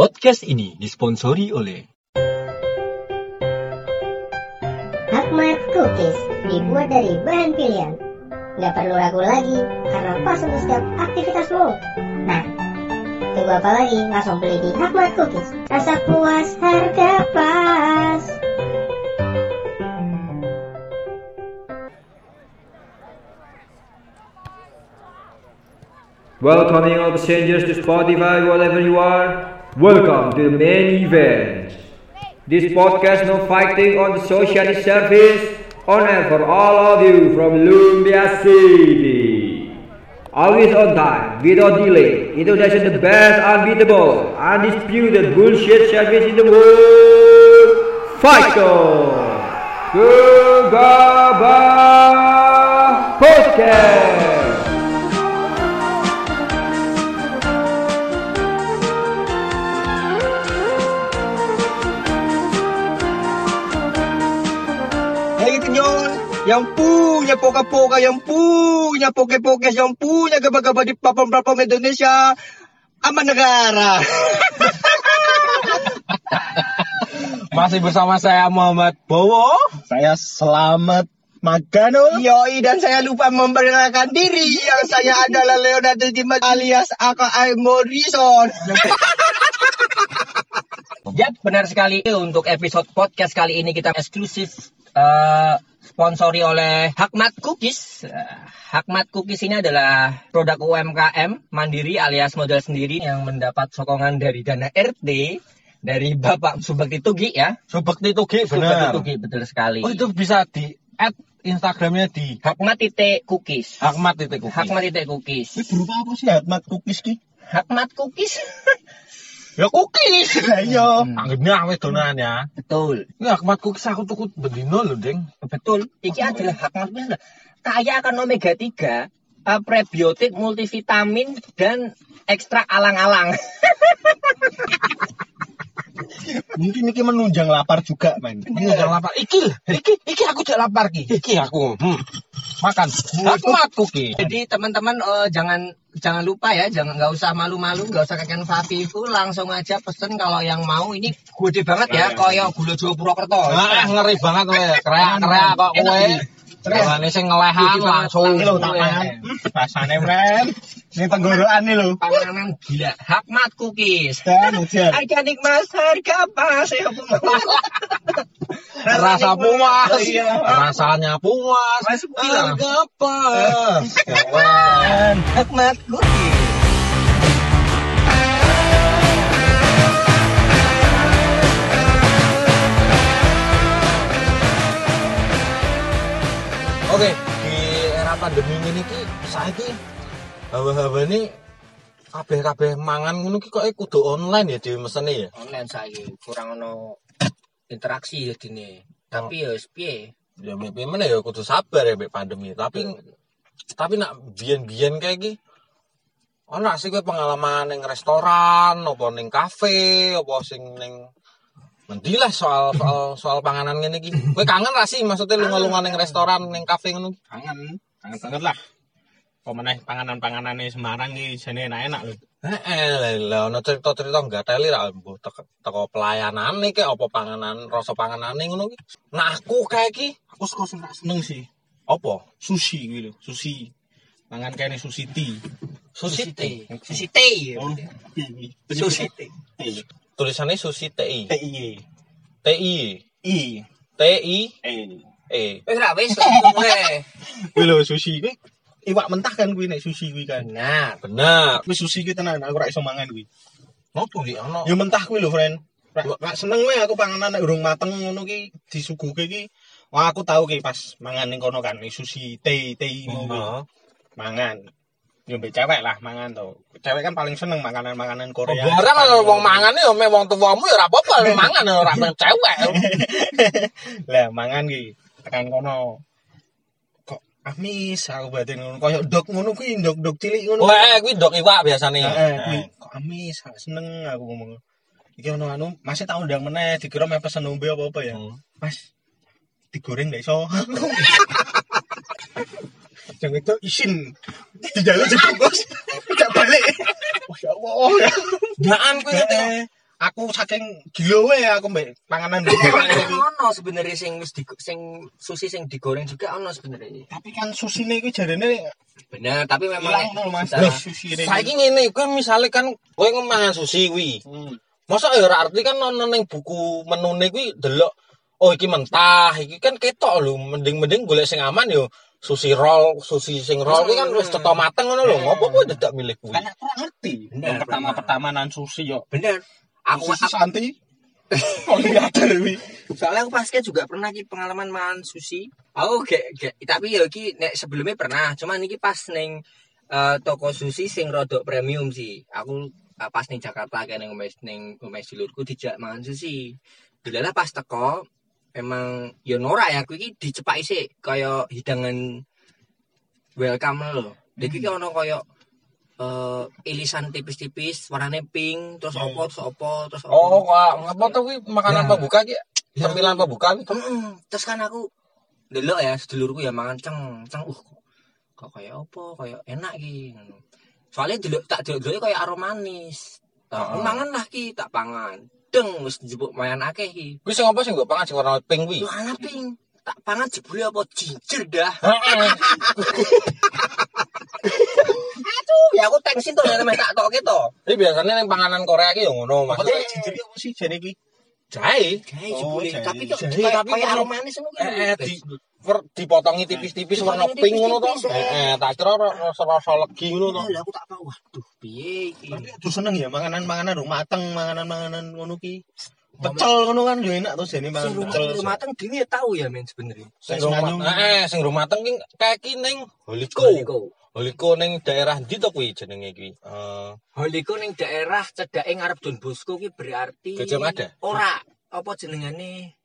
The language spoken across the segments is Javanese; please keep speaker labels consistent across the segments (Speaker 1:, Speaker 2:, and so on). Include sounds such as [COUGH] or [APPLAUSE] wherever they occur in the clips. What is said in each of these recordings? Speaker 1: Podcast ini disponsori oleh
Speaker 2: Hotmart Cookies dibuat dari bahan pilihan. Nggak perlu ragu lagi karena pas untuk setiap aktivitasmu. Nah, tunggu apa lagi? Langsung beli di Hotmart Cookies. Rasa puas, harga pas.
Speaker 3: Welcoming all strangers to Spotify, wherever you are. Welcome to the main event. This podcast no fighting on the social service, on air for all of you from Lumbia City. Always on time, without delay. Introduction the best, unbeatable, undisputed bullshit service in the world. Fighter. Gegabah Podcast.
Speaker 4: Saya Kenyon yang punya poka-poka, yang punya poke-poke, yang punya gabah-gabah di platform-platform Indonesia. Aman negara.
Speaker 5: [LAUGHS] Masih bersama saya Muhammad Bowo.
Speaker 6: Saya selamat Magano.
Speaker 4: Yoi dan saya lupa memperkenalkan diri yang saya adalah Leonardo Dimas alias AKI Morrison.
Speaker 5: Ya, benar sekali untuk episode podcast kali ini kita eksklusif eh, sponsori oleh Hakmat Cookies. Eh, Hakmat Cookies ini adalah produk UMKM mandiri alias modal sendiri yang mendapat sokongan dari dana RT dari Bapak Subakti Tugi ya.
Speaker 6: Subekti Tugi
Speaker 5: Subakti
Speaker 6: benar.
Speaker 5: Tugi betul sekali.
Speaker 6: Oh itu bisa di add Instagramnya di
Speaker 5: Hakmat titik cookies.
Speaker 6: Ahmad titik Kuki.
Speaker 5: Hakmat titik cookies.
Speaker 6: Ini berupa apa sih Ahmad Cookies ki?
Speaker 5: Hakmat cookies. [LAUGHS]
Speaker 6: Ya cookies lah iya. Anggapnya awet donan ya.
Speaker 5: betul.
Speaker 6: Ini Ahmad Cookies aku tuku bendino lho, Ding.
Speaker 5: Betul. Iki adalah hak manusia. Kaya akan omega 3, eh, prebiotik, multivitamin dan ekstrak alang-alang.
Speaker 6: Mungkin ini menunjang lapar juga, men.
Speaker 5: Iya. [LAUGHS]
Speaker 6: Ini
Speaker 5: Jangan
Speaker 6: lapar. Iki, iki, iki aku tidak lapar ki. Iki aku. Hmm. Makan. Ahmad Cookies.
Speaker 5: Jadi teman-teman eh, jangan jangan lupa ya, jangan nggak usah malu-malu, nggak usah kakean Fafifu, langsung aja pesen kalau yang mau ini gede banget ya, koyo gula Jawa Purwokerto.
Speaker 7: Nah, ngeri banget kowe. Kreak-kreak kok kowe. Jane sing ngelehan langsung.
Speaker 6: Ini lho tak pangan. Rasane men. Ini tenggorokan nih lho.
Speaker 5: Panganan gila, Hakmat Cookies.
Speaker 6: Dan hujan.
Speaker 5: Ikonik mas harga pas ya Bu.
Speaker 7: Rasa puas. Rasanya puas.
Speaker 5: Mas, gila. Eh.
Speaker 7: Harga pas.
Speaker 5: Hakmat Cookies.
Speaker 7: Oke, di era pandemi ini ki saiki hawa-hawa ini kabeh-kabeh mangan ngono ki kok kudu online ya dimeseni ya.
Speaker 5: online saiki kurang ono interaksi ya dini tapi ya wis piye
Speaker 7: Ya memang ya kudu sabar ya mbek pandemi. Tapi
Speaker 6: Iya.
Speaker 7: tapi nak biyen-biyen kayak gini ana sih kowe pengalaman ning restoran apa ning kafe apa sing ning Mendi lah soal soal soal panganan ngene iki. Kowe kangen ra sih maksudnya lunga-lunga ning restoran ning kafe ngono?
Speaker 6: kangen kangen banget lah pemenang panganan panganannya Semarang ini jadi enak enak loh
Speaker 7: Heeh, lha ono cerita-cerita nggateli ra mbuh teko, teko pelayanane kek apa panganan rasa panganane ngono ki. Nah aku kayak iki
Speaker 6: aku suka sing tak seneng sih
Speaker 7: apa?
Speaker 6: sushi gitu sushi pangan kene sushi tea
Speaker 7: Sushi teh.
Speaker 5: sisi teh
Speaker 6: oh
Speaker 5: sushi teh
Speaker 6: tea
Speaker 7: Tulisannya sushi TI.
Speaker 6: T I
Speaker 7: TI.
Speaker 6: I
Speaker 7: TI
Speaker 6: E
Speaker 7: E. E.
Speaker 5: wis ra
Speaker 7: [LAUGHS]
Speaker 5: wis ngomong ae.
Speaker 6: Kuwi lho sushi kuwi iwak mentah kan kuwi nek sushi kuwi kan
Speaker 5: benar
Speaker 7: Benar.
Speaker 6: kuwi sushi kuwi tenan aku ra iso mangan kuwi
Speaker 7: Nopo iki ono?
Speaker 6: ya mentah kuwi lho friend Ra- ra seneng wae aku panganan nek urung mateng ngono ki disuguhke ki Wah aku tahu ki pas mangan ning kono kan sushi teh teh
Speaker 7: Heeh.
Speaker 6: mangan yo mbek cewek lah mangan tuh cewek kan paling seneng makanan-makanan Korea
Speaker 7: Barang Oh, kalau wong mangane ya mek wong tuwamu ya ora apa-apa mangan ya ora mek cewek.
Speaker 6: [LAUGHS] lah mangan ki tekan kono kok amis aku batin ngono koyo dok ngono kuwi dok-dok cilik ngono
Speaker 7: Wah, kuwi dok iwak biasane.
Speaker 6: Heeh, kuwi. Eh, kok amis aku seneng aku ngomong iki ono anu masih tak undang meneh dikira meh pesen ombe apa-apa ya
Speaker 7: Hmm.
Speaker 6: mas digoreng ndak iso Jangan itu isin Jangan dibungkus Gak balik Masya Allah
Speaker 7: Daan kuwi ngerti. kok.
Speaker 6: Eh, aku saking gila wae aku mbek panganan lokal iki.
Speaker 5: ono sebenarnya sing wis di sing sushi sing digoreng juga ono sebenarnya.
Speaker 6: tapi kan susine iki jarene
Speaker 5: Bener, tapi memang
Speaker 6: ilang nol Mas.
Speaker 5: Bisa.
Speaker 6: Loh, susine.
Speaker 7: Saiki ngene, kowe misale kan kowe mangan sushi kuwi.
Speaker 6: Hmm.
Speaker 7: Masa ya ora arti kan ono ning buku menune kuwi delok oh iki mentah, iki kan ketok lho, mending-mending golek sing aman yo sushi roll, sushi sing roll kuwi kan wis cetok mateng ngono lho. Ngopo kowe dadak milih kuwi?
Speaker 6: kan aku ora ngerti
Speaker 5: Bener,
Speaker 6: yang pertama-pertama nan sushi yo
Speaker 5: Bener. Aku,
Speaker 6: aku Oh, iya,
Speaker 5: aku
Speaker 6: santi Olimpiade iki
Speaker 5: soalnya aku pasca juga pernah ki pengalaman makan sushi. Aku gak, gak tapi ya ki nek sebelumnya pernah, cuman iki pas neng eh, toko sushi sing rodok premium sih. Aku eh, pas ning Jakarta kayak neng omes neng omes dulurku dijak mangan sushi. Dilalah pas teko emang ya norak ya aku iki dicepaki sih kayak hidangan welcome lho. Deki ki ono koyo eh, irisan tipis-tipis warnanya pink terus opo terus opo terus opo.
Speaker 7: Oh, kok apa tuh kuwi makanan
Speaker 5: Nah.
Speaker 7: pembuka iki? Cemilan pembuka kuwi.
Speaker 5: Heeh, terus kan aku delok ya sedulurku ya mangan ceng ceng uh kok- kok kayak apa kayak enak ki ngono. soalnya delok tak delok kayak aroma manis tak aku
Speaker 7: Heeh.
Speaker 5: mangan lah ki tak pangan deng wis njupuk mayan akeh ki
Speaker 7: Kuwi sing apa sing nggo pangan sing warna pink [LAUGHS] kuwi?
Speaker 5: lu ana ping tak pangan jebule apa jinjer dah
Speaker 7: Heeh.
Speaker 5: aduh ya aku tensin to nek tak toke to
Speaker 7: Ini biasanya yang panganan Korea ki yo ngono, Mas.
Speaker 6: Apa tuh, jinjiri apa sih jane iki
Speaker 7: Jahe.
Speaker 5: jahe
Speaker 6: Oh,
Speaker 5: jebule
Speaker 6: jahe.
Speaker 5: tapi kok
Speaker 7: Jahe,
Speaker 5: kayak
Speaker 7: tapi
Speaker 5: kayak
Speaker 7: warna-
Speaker 5: aroma manis ngono kan?
Speaker 7: Eh, eh, di per, dipotongi tipis-tipis
Speaker 5: Dipotongi
Speaker 7: warna pink ngono to.
Speaker 5: tipis-tipis,
Speaker 7: Heeh, tak kira ro- rasa-rasa legi ngono to.
Speaker 5: lho aku tak tahu waduh piye iki
Speaker 6: tapi aku seneng ya makanan-makanan rumah mateng makanan-makanan ngono ki pecel ngono kan yo enak tuh jane
Speaker 5: sing
Speaker 6: mangan
Speaker 5: rumah
Speaker 6: pecel
Speaker 5: sing rumah teng dhewe ya tahu ya men sebenarnya
Speaker 7: Sing
Speaker 6: Sing
Speaker 7: rumah,
Speaker 6: semanyu.
Speaker 7: heeh, sing rumah mateng ki kayak ki ning Holiko.
Speaker 5: Holiko.
Speaker 7: Holiko ning daerah ndi to kuwi jenenge kuwi? Eh,
Speaker 5: Holiku ning daerah cedake ngarep Don Bosco ki berarti
Speaker 7: Gajah Mada?
Speaker 5: Ora, apa jenengane?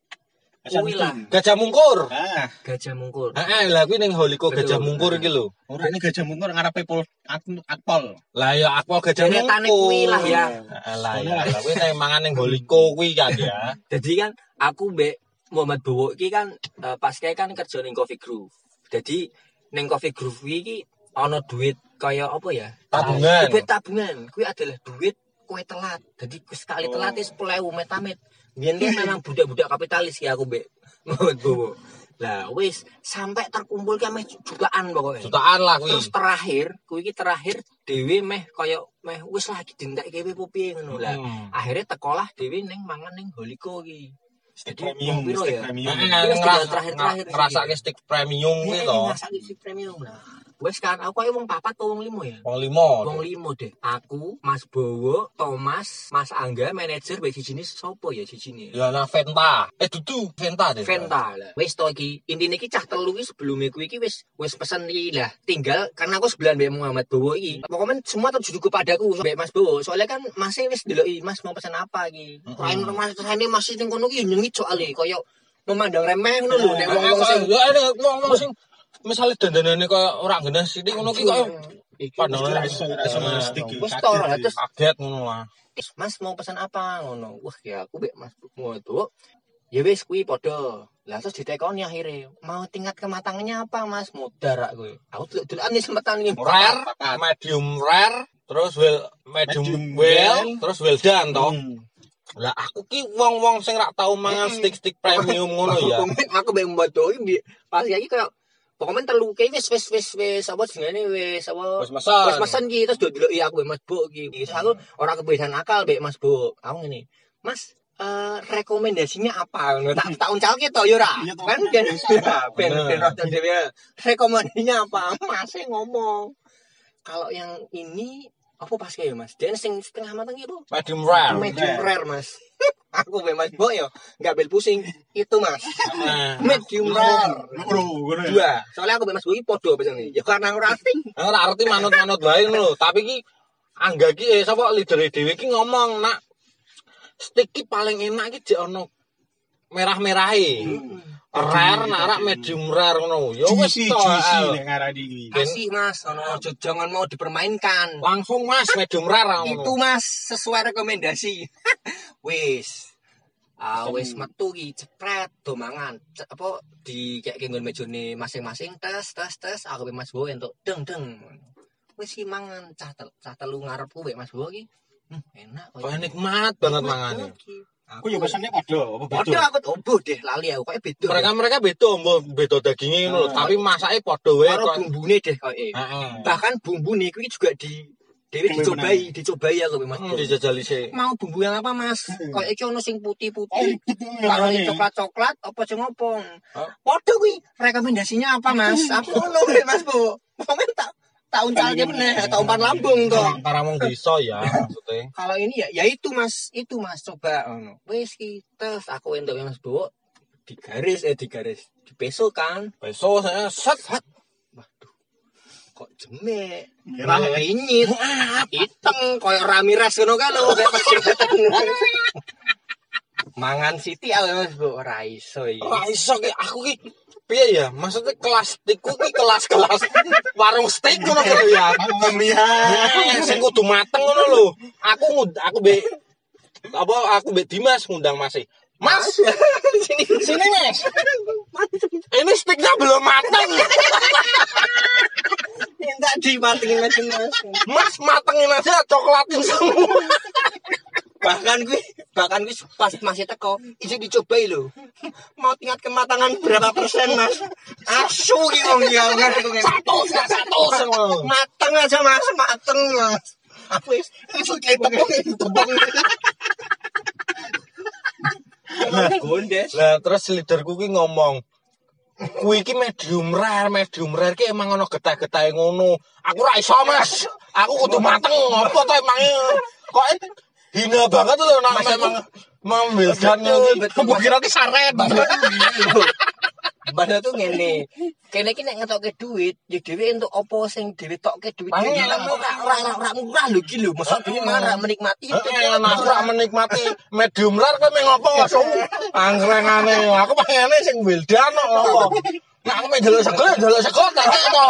Speaker 6: Asam
Speaker 5: Kuwi lah,
Speaker 7: Gajah Mungkur.
Speaker 6: ah
Speaker 5: Gajah Mungkur.
Speaker 7: Heeh, lah kuwi ning Holiko
Speaker 5: Betul.
Speaker 7: Gajah Mungkur iki lho.
Speaker 6: ora ini gajah mungkur ngarepe pol ak- akpol
Speaker 7: Lah ya aku Gajah
Speaker 5: Deretane kuwi lah
Speaker 7: Mungkur.
Speaker 5: ya.
Speaker 7: Heeh, lah ya. Lah kuwi ning mangan ning Holiko kuwi kan ya.
Speaker 5: Jadi kan aku mbek Muhammad Bowo ki kan eh, pas kae kan kerja ning Coffee Groove. Jadi ning Coffee Groove kuwi iki ana duit kaya apa ya?
Speaker 7: Tabungan.
Speaker 5: Duit tabungan. Kuwi adalah duit kue telat. Jadi sekali telat
Speaker 7: Oh.
Speaker 5: itu 10.000 metamit. Biyen kan memang budak-budak kapitalis ya aku mbek Muhammad Bowo. Lah wis sampai terkumpul ki ameh jutaan pokoknya.
Speaker 7: Jutaan lah kuwi.
Speaker 5: Terus terakhir, kuwi iki terakhir dhewe meh kaya meh wis lagi dintekke kowe piye ngono lah.
Speaker 7: Hmm.
Speaker 5: Akhirnya tekolah dhewe ning mangan ning Holiko iki. Jadi,
Speaker 6: Steak premium
Speaker 5: wong piro
Speaker 6: steak
Speaker 5: ya?
Speaker 6: premium
Speaker 5: Iya,
Speaker 7: Heeh,
Speaker 5: sudah
Speaker 7: ngerasa-
Speaker 5: terakhir-terakhir sih.
Speaker 7: ngerasake stick premium kuwi
Speaker 5: Eh,
Speaker 7: to.
Speaker 5: ngrasakne sik premium lah. Wis kan aku kaya wong papat apa wong limo ya?
Speaker 7: Wong limo.
Speaker 5: Wong limo deh. Aku, Mas Bowo, Thomas, Mas Angga, manajer wis sijine sopo ya sijine?
Speaker 7: Ya ana Venta. Eh dudu Venta deh.
Speaker 5: Venta lah. Wis to iki, intine iki cah telu iki sebelum iku iki wis wis pesen iki lah. Tinggal karena aku sebelah mbek Muhammad Bowo iki. Pokoknya semua terjun kepadaku mbek Mas Bowo. Soalnya kan Mas wis deloki Mas mau pesen apa iki. Lain Mas ini Mas ning kono iki nyengi soalé koyo memandang remeh ngono lho nek
Speaker 7: Wong
Speaker 5: wong-wong
Speaker 7: wong
Speaker 5: sing
Speaker 7: sing ya ada wong-wong sing misale dandanane kaya ora ngene sithik ngono ki kaya
Speaker 5: Iya. Iki
Speaker 7: pandangane
Speaker 5: mesti
Speaker 6: Rasa- rasa
Speaker 7: Nah,
Speaker 6: manis stick
Speaker 5: Wis
Speaker 6: kaget
Speaker 5: to lah
Speaker 6: sih.
Speaker 5: terus
Speaker 7: kaget ngono lah.
Speaker 5: Mas mau pesan apa ngono. Wah, ya aku mbek Mas Bowo tuh. Ya wis kuwi padha. Lah terus ditekoni akhirnya, mau tingkat kematangannya apa Mas? Mudar aku. Aku delok-delokan nih sempetan iki.
Speaker 7: Rare, medium rare, terus well medium,
Speaker 6: Medium
Speaker 7: well,
Speaker 6: well.
Speaker 7: terus well done to.
Speaker 6: Hmm.
Speaker 7: Lah aku ki wong-wong sing rak tau mangan stick-stick premium ngono ya.
Speaker 5: Komen Hmm. aku mbek mbodohi mbek pas iki koyo Pokoknya terlalu kayak wis wis wis wis apa jenenge wis apa
Speaker 7: Wis mesen.
Speaker 5: wis mesen ki terus dulu iya aku mbek Mas Bo ki. Terus aku
Speaker 7: Hmm.
Speaker 5: ora kepedean akal mbek Mas Bo. Aku ngene. Mas eh, rekomendasinya apa ngono tak tak uncal ki to yo ora
Speaker 6: Iya, toh.
Speaker 5: kan ben ben
Speaker 7: Bener.
Speaker 5: ben rotan dhewe rekomendasinya apa Mas e ngomong kalau yang ini apa pas kayak ya, Mas dan sing setengah matang ki apa
Speaker 7: Medium rare.
Speaker 5: medium
Speaker 6: rare.
Speaker 5: rare mas [LAUGHS] aku be mas boy yo nggak bel pusing itu mas
Speaker 7: Nah,
Speaker 5: medium rare
Speaker 6: Loro, ngono ya.
Speaker 5: dua soalnya aku be mas boy podo pesan nih ya karena aku rating
Speaker 7: Aku ora arti manut-manut wae ngono lho, tapi ki Angga ki eh sapa leader dhewe ki ngomong nak stick ki paling enak ki jek ono merah-merahe.
Speaker 5: Hmm.
Speaker 7: Rare nak rak medium rare ngono. Ya wis
Speaker 6: Juicy,
Speaker 7: to.
Speaker 6: juicy
Speaker 7: eh.
Speaker 6: nek ngarani iki.
Speaker 5: kasih mas ono ojo- jangan mau dipermainkan
Speaker 7: Langsung Mas medium rare
Speaker 5: itu
Speaker 7: ngono.
Speaker 5: mas sesuai rekomendasi [LAUGHS] wis Ah, wis metu ki cepret do mangan Ce- apa di kayak nggon mejone masing-masing tes tes tes aku be mas boy entuk deng deng wis ki mangan cah tel- cah telu ngarepku be mas boy ki enak kok.
Speaker 7: Kok nikmat banget mangane.
Speaker 6: Aku yo pesennya padha apa
Speaker 5: Padha
Speaker 6: beda?
Speaker 5: aku obo deh lali aku kayak beda.
Speaker 7: Mereka mereka beda, mbo beda dagingnya ngono lho, tapi masaknya padha wae
Speaker 5: karo
Speaker 7: kok.
Speaker 5: bumbune deh kok. eh.
Speaker 7: Heeh.
Speaker 5: Bahkan bumbune kuwi juga di Dewi
Speaker 6: Dewe
Speaker 5: dicobai, dicobai ya Mas.
Speaker 7: Hmm, dijajali sih.
Speaker 5: Mau bumbu yang apa Mas? Kok iki ono sing
Speaker 6: Oh,
Speaker 5: putih-putih,
Speaker 6: betul,
Speaker 5: karo
Speaker 6: ngerti.
Speaker 5: yang coklat-coklat apa sing opo?
Speaker 7: Hah?
Speaker 5: Padha kuwi rekomendasinya apa Mas? Aku ngono kuwi Mas Bu. Pokoke tak tak uncalke meneh, tak umpan lambung toh.
Speaker 7: Antara wong desa ya maksudnya.
Speaker 5: kalau ini ya ya itu mas itu mas coba ngono. wis kita aku entuk mas bu di garis eh di garis di besok kan
Speaker 7: Besok saya set set.
Speaker 5: kok jemek
Speaker 6: Merah, ya?
Speaker 5: renyit hitam koyo Ramirez ngono kan lho kayak pas mangan siti aku mas bu ora iso iki
Speaker 7: Ora iso ki aku ki piye ya? Maksudnya kelas tiku ki kelas-kelas [LAUGHS] warung steak ngono lho ya.
Speaker 5: Nah,
Speaker 6: Aku
Speaker 7: Eh,
Speaker 6: lihat.
Speaker 7: sing kudu mateng ngono lho. Aku ngund- aku be apa aku be Dimas ngundang masih. Mas, [LAUGHS] sini sini Mas. Ini steaknya belum mateng.
Speaker 5: minta dimatengin aja mas
Speaker 7: Mas matengin aja coklatin semua.
Speaker 5: bahkan gue bahkan gue pas masih teko isi dicobai lho mau tingkat kematangan berapa persen mas asu gitu wong iki, aku ngerti kok.
Speaker 7: Satu satu semua.
Speaker 5: Oh, mateng aja mas mateng mas aku is itu kayak tepung tepung gondes
Speaker 7: Lah terus leaderku ki ngomong Kuwi iki medium rare, medium rare ki emang ono getah-getahe ngono. Aku ra iso, Mas. Aku kudu mateng. Apa to emange? Kok e hina banget lho nek memang membedakan iki. Aku kira ki saret.
Speaker 5: Padahal tuh ngene, kene iki nek ngetokke duit, ya dhewe entuk opo sing dhewe tokke duit.
Speaker 7: Paling
Speaker 5: Dhewe
Speaker 7: enak.
Speaker 5: ora ora ora- ora murah lho iki lho, mosok dhewe marah menikmati hidup.
Speaker 7: Eh, aku ra menikmati medium rare kowe meng opo kok suwu. Angrengane. Aku pengene sing weldan kok opo. Nek aku pengen delok segel, ya delok segel tak kek to.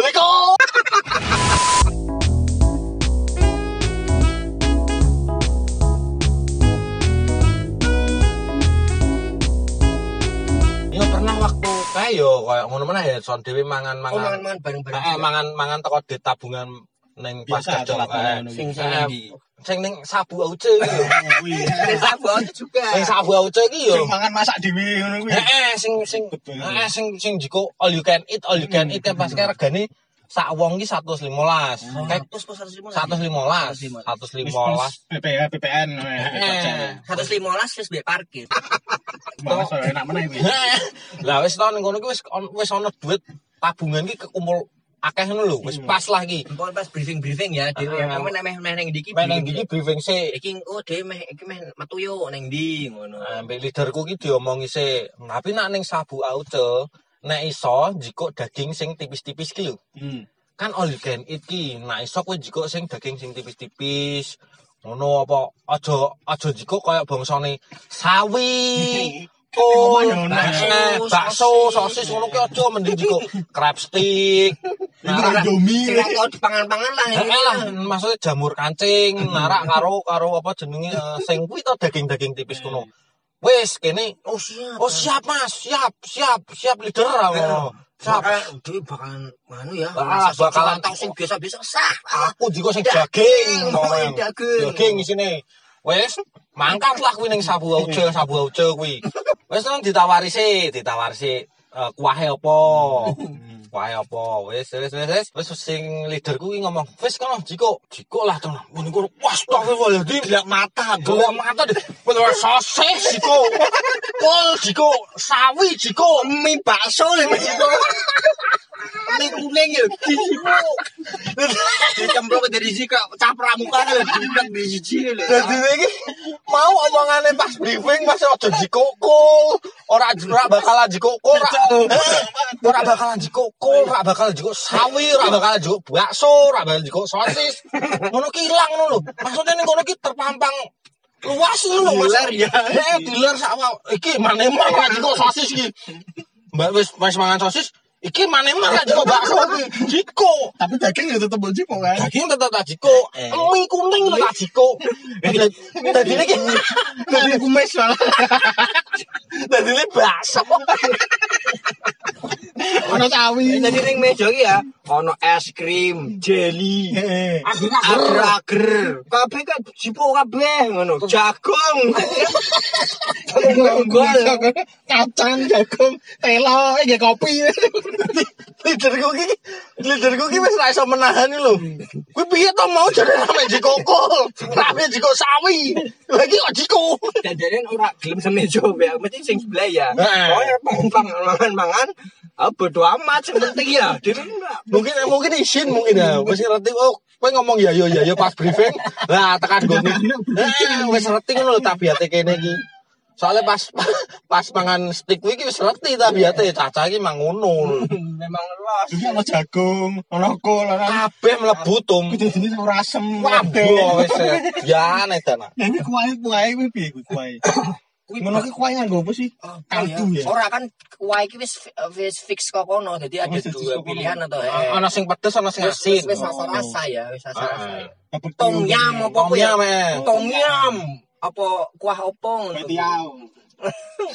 Speaker 7: Oleh kok Ya pernah waktu kayak yo kayak ngono meneh ya son dhewe
Speaker 5: Oh,
Speaker 7: mangan-mangan.
Speaker 5: mangan-mangan bareng-bareng.
Speaker 7: Heeh, mangan mangan teko di tabungan ning pas
Speaker 6: Biasa
Speaker 7: kedok.
Speaker 6: tabungan
Speaker 7: eh.
Speaker 6: ngono.
Speaker 5: Sing sing
Speaker 7: Eh,
Speaker 5: ndi?
Speaker 7: Sing ning sabu auce iki lho.
Speaker 5: Sing sabon juga.
Speaker 7: Sing sabu auce iki
Speaker 6: Sing ya.
Speaker 7: yo.
Speaker 6: mangan masak dhewe ngono kuwi.
Speaker 7: Heeh, sing sing
Speaker 6: Betul.
Speaker 7: heeh sing sing jiko all you can eat, all you can eat kan pas kayak regane sak wong ki 115.
Speaker 6: Oh.
Speaker 7: Kayak
Speaker 5: Terus pas 115.
Speaker 7: 115. 115.
Speaker 6: PPN PPN eh, pajak.
Speaker 7: Heeh. [LAUGHS]
Speaker 5: 115 wis mbek parkir.
Speaker 6: Malas oh, enak meneh kuwi.
Speaker 7: Heh, Eh. lah wis tahun ngono ki wis on- wis ana duit tabungan ki kekumpul akeh ngono lho wis pas lah ki
Speaker 5: Pokoknya pas briefing-briefing ya, dhewe
Speaker 7: Ah.
Speaker 5: Pokoknya meh meh neng ndi iki.
Speaker 7: main nang
Speaker 5: briefing.
Speaker 7: iki briefing sik
Speaker 5: Iki oh dhewe meh iki meh metu yo neng ndi ngono.
Speaker 7: ambek leaderku ki diomongi sik tapi nak ning sabu auto nek iso jikok daging sing tipis-tipis ki lho
Speaker 6: Hmm.
Speaker 7: kan all you can eat ki nek iso kowe jikok sing daging sing tipis-tipis ngono apa aja aja jikok kaya bangsane
Speaker 6: [LAUGHS]
Speaker 7: sawi kol
Speaker 6: Apa ngono?
Speaker 7: eh, bakso sosis ngono ki aja mending
Speaker 6: [LAUGHS]
Speaker 7: jikok crab stick
Speaker 6: Itu
Speaker 7: Nah,
Speaker 6: Indomie.
Speaker 5: Sing
Speaker 6: lek.
Speaker 5: tau dipangan-pangan lah
Speaker 7: Eh,
Speaker 5: ini.
Speaker 7: eh lah maksudnya jamur [LAUGHS] kancing narak karo karo apa jenenge eh, sing kuwi to daging-daging tipis kuno wis kene
Speaker 5: Oh siap.
Speaker 7: oh siap Mas siap siap siap leader aku siap
Speaker 5: Bakal dhewe bakalan anu ya.
Speaker 7: Ah,
Speaker 5: masak
Speaker 7: bakalan-
Speaker 5: sesuatu sing biasa-biasa sah.
Speaker 7: aku juga sing
Speaker 5: Daging,
Speaker 7: daging ngomong.
Speaker 5: daging.
Speaker 7: daging isine wis mangkat lah kuwi ning sabu auce sabu auce kuwi wis nang ditawari sih ditawari sih eh, kuahe apa kuahe apa wis wis wis wis wis sing leader kuwi ngomong wis kono jiko jiko lah to mun iku astagfirullahaladzim gelap mata gelap mata deh bener sosis jiko kol jiko sawi jiko
Speaker 5: Mie bakso ini juga. Mie kuning ya disipu. Dicemplung dari sini ke cap pramuka lho diundang di siji lho.
Speaker 7: Dadi iki mau omongane pas briefing pas aja dikokol, ora ora bakalan dikokol, ora Eh, ora bakalan dikokol, ora bakal dikok sawi, ora bakal dikok bakso, ora bakal dikok sosis. Ngono ki ilang ngono lho. Maksudnya ning ngono ki terpampang luas ngono lho Mas.
Speaker 5: Dealer ya.
Speaker 7: Eh, dealer sama iki mana mah ora dikok sosis iki. Mbak wis wis mangan sosis, iki mana mah ora dikok bakso iki. Dikok
Speaker 6: Tapi daging ya tetep mbok jipuk kan.
Speaker 7: daging tetap tak jiko
Speaker 5: Eh.
Speaker 7: mie kuning tetap tak jiko daging ini
Speaker 6: Daging kumis malah.
Speaker 7: daging ini bakso
Speaker 6: Ono cawi.
Speaker 5: Jadi ring meja iki ya, ono es krim, jelly,
Speaker 6: Heeh.
Speaker 5: agar-agar, kabeh kan jipo kabeh ngono, [LAUGHS] jagung. Tonggol.
Speaker 6: Kacang, jagung, telo, ya kopi.
Speaker 7: Liderku ki, liderku ki wis ra iso menahan lho. Kuwi piye to mau jare rame dikokol, rame diko sawi. Lagi kok diko.
Speaker 5: Dadane ora gelem semeja ya, mesti sing sebelah ya.
Speaker 6: Heeh.
Speaker 5: Oh, ya, mangan-mangan. Ah, bodo amat sing penting ya. Dhewe ora
Speaker 7: Mungkin mungkin isin mungkin ya. Wis ngerti oh kowe ngomong ya yo ya yo pas briefing. Lah tekan gone. Eh wis ngerti ngono lho tabiate kene iki. Soalnya pas pas mangan stick kuwi ki wis ngerti tabiate cacah iki mangono.
Speaker 5: memang luas.
Speaker 6: Iki ono jagung, ono kol, ono
Speaker 7: Kabeh mlebu tum.
Speaker 6: kuwi jenis ora asem.
Speaker 7: Wabah wis ya. ya aneh dana.
Speaker 6: Ya kuwi kuai, kuai kuwi piye kuwi kuai. Ngono ki kuai nganggo apa sih? Kaldu ya.
Speaker 5: Ora kan kuah iki wis wis fix kok kono. Dadi ada
Speaker 6: wis fix
Speaker 5: dua
Speaker 6: kok kono.
Speaker 5: pilihan atau eh,
Speaker 7: Ana sing pedes ana sing
Speaker 5: wis wis
Speaker 7: asin.
Speaker 5: wis rasa rasa ya, wis rasa rasa.
Speaker 7: Heeh.
Speaker 6: Apa
Speaker 5: Tom yam apa
Speaker 7: Tom
Speaker 5: kuwi ya?
Speaker 7: yam, eh.
Speaker 5: Tom yam apa kuah opong
Speaker 6: Betiau.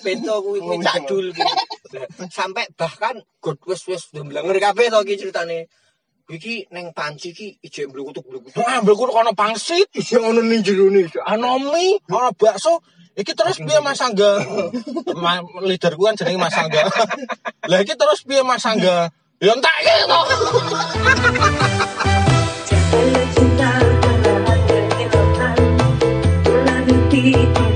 Speaker 5: Beto kuwi kuwi cak dul kuwi. Sampai bahkan god wis wis ndemlenger kabeh to iki ceritane. Iki neng panci iki ijek mblukutuk-mblukutuk.
Speaker 7: Wah, ambil kudu kono pangsit,
Speaker 5: Ijek ngono ning jero ne.
Speaker 7: ana mie, ana bakso. Iki terus piye
Speaker 5: [LAUGHS]
Speaker 7: Mas Angga? Ma, leaderku kan jenenge Mas Angga. Lah iki terus piye Mas Angga? Ya entek iki to.
Speaker 8: Jatuh cinta dengan hati yang hilang, telah ditipu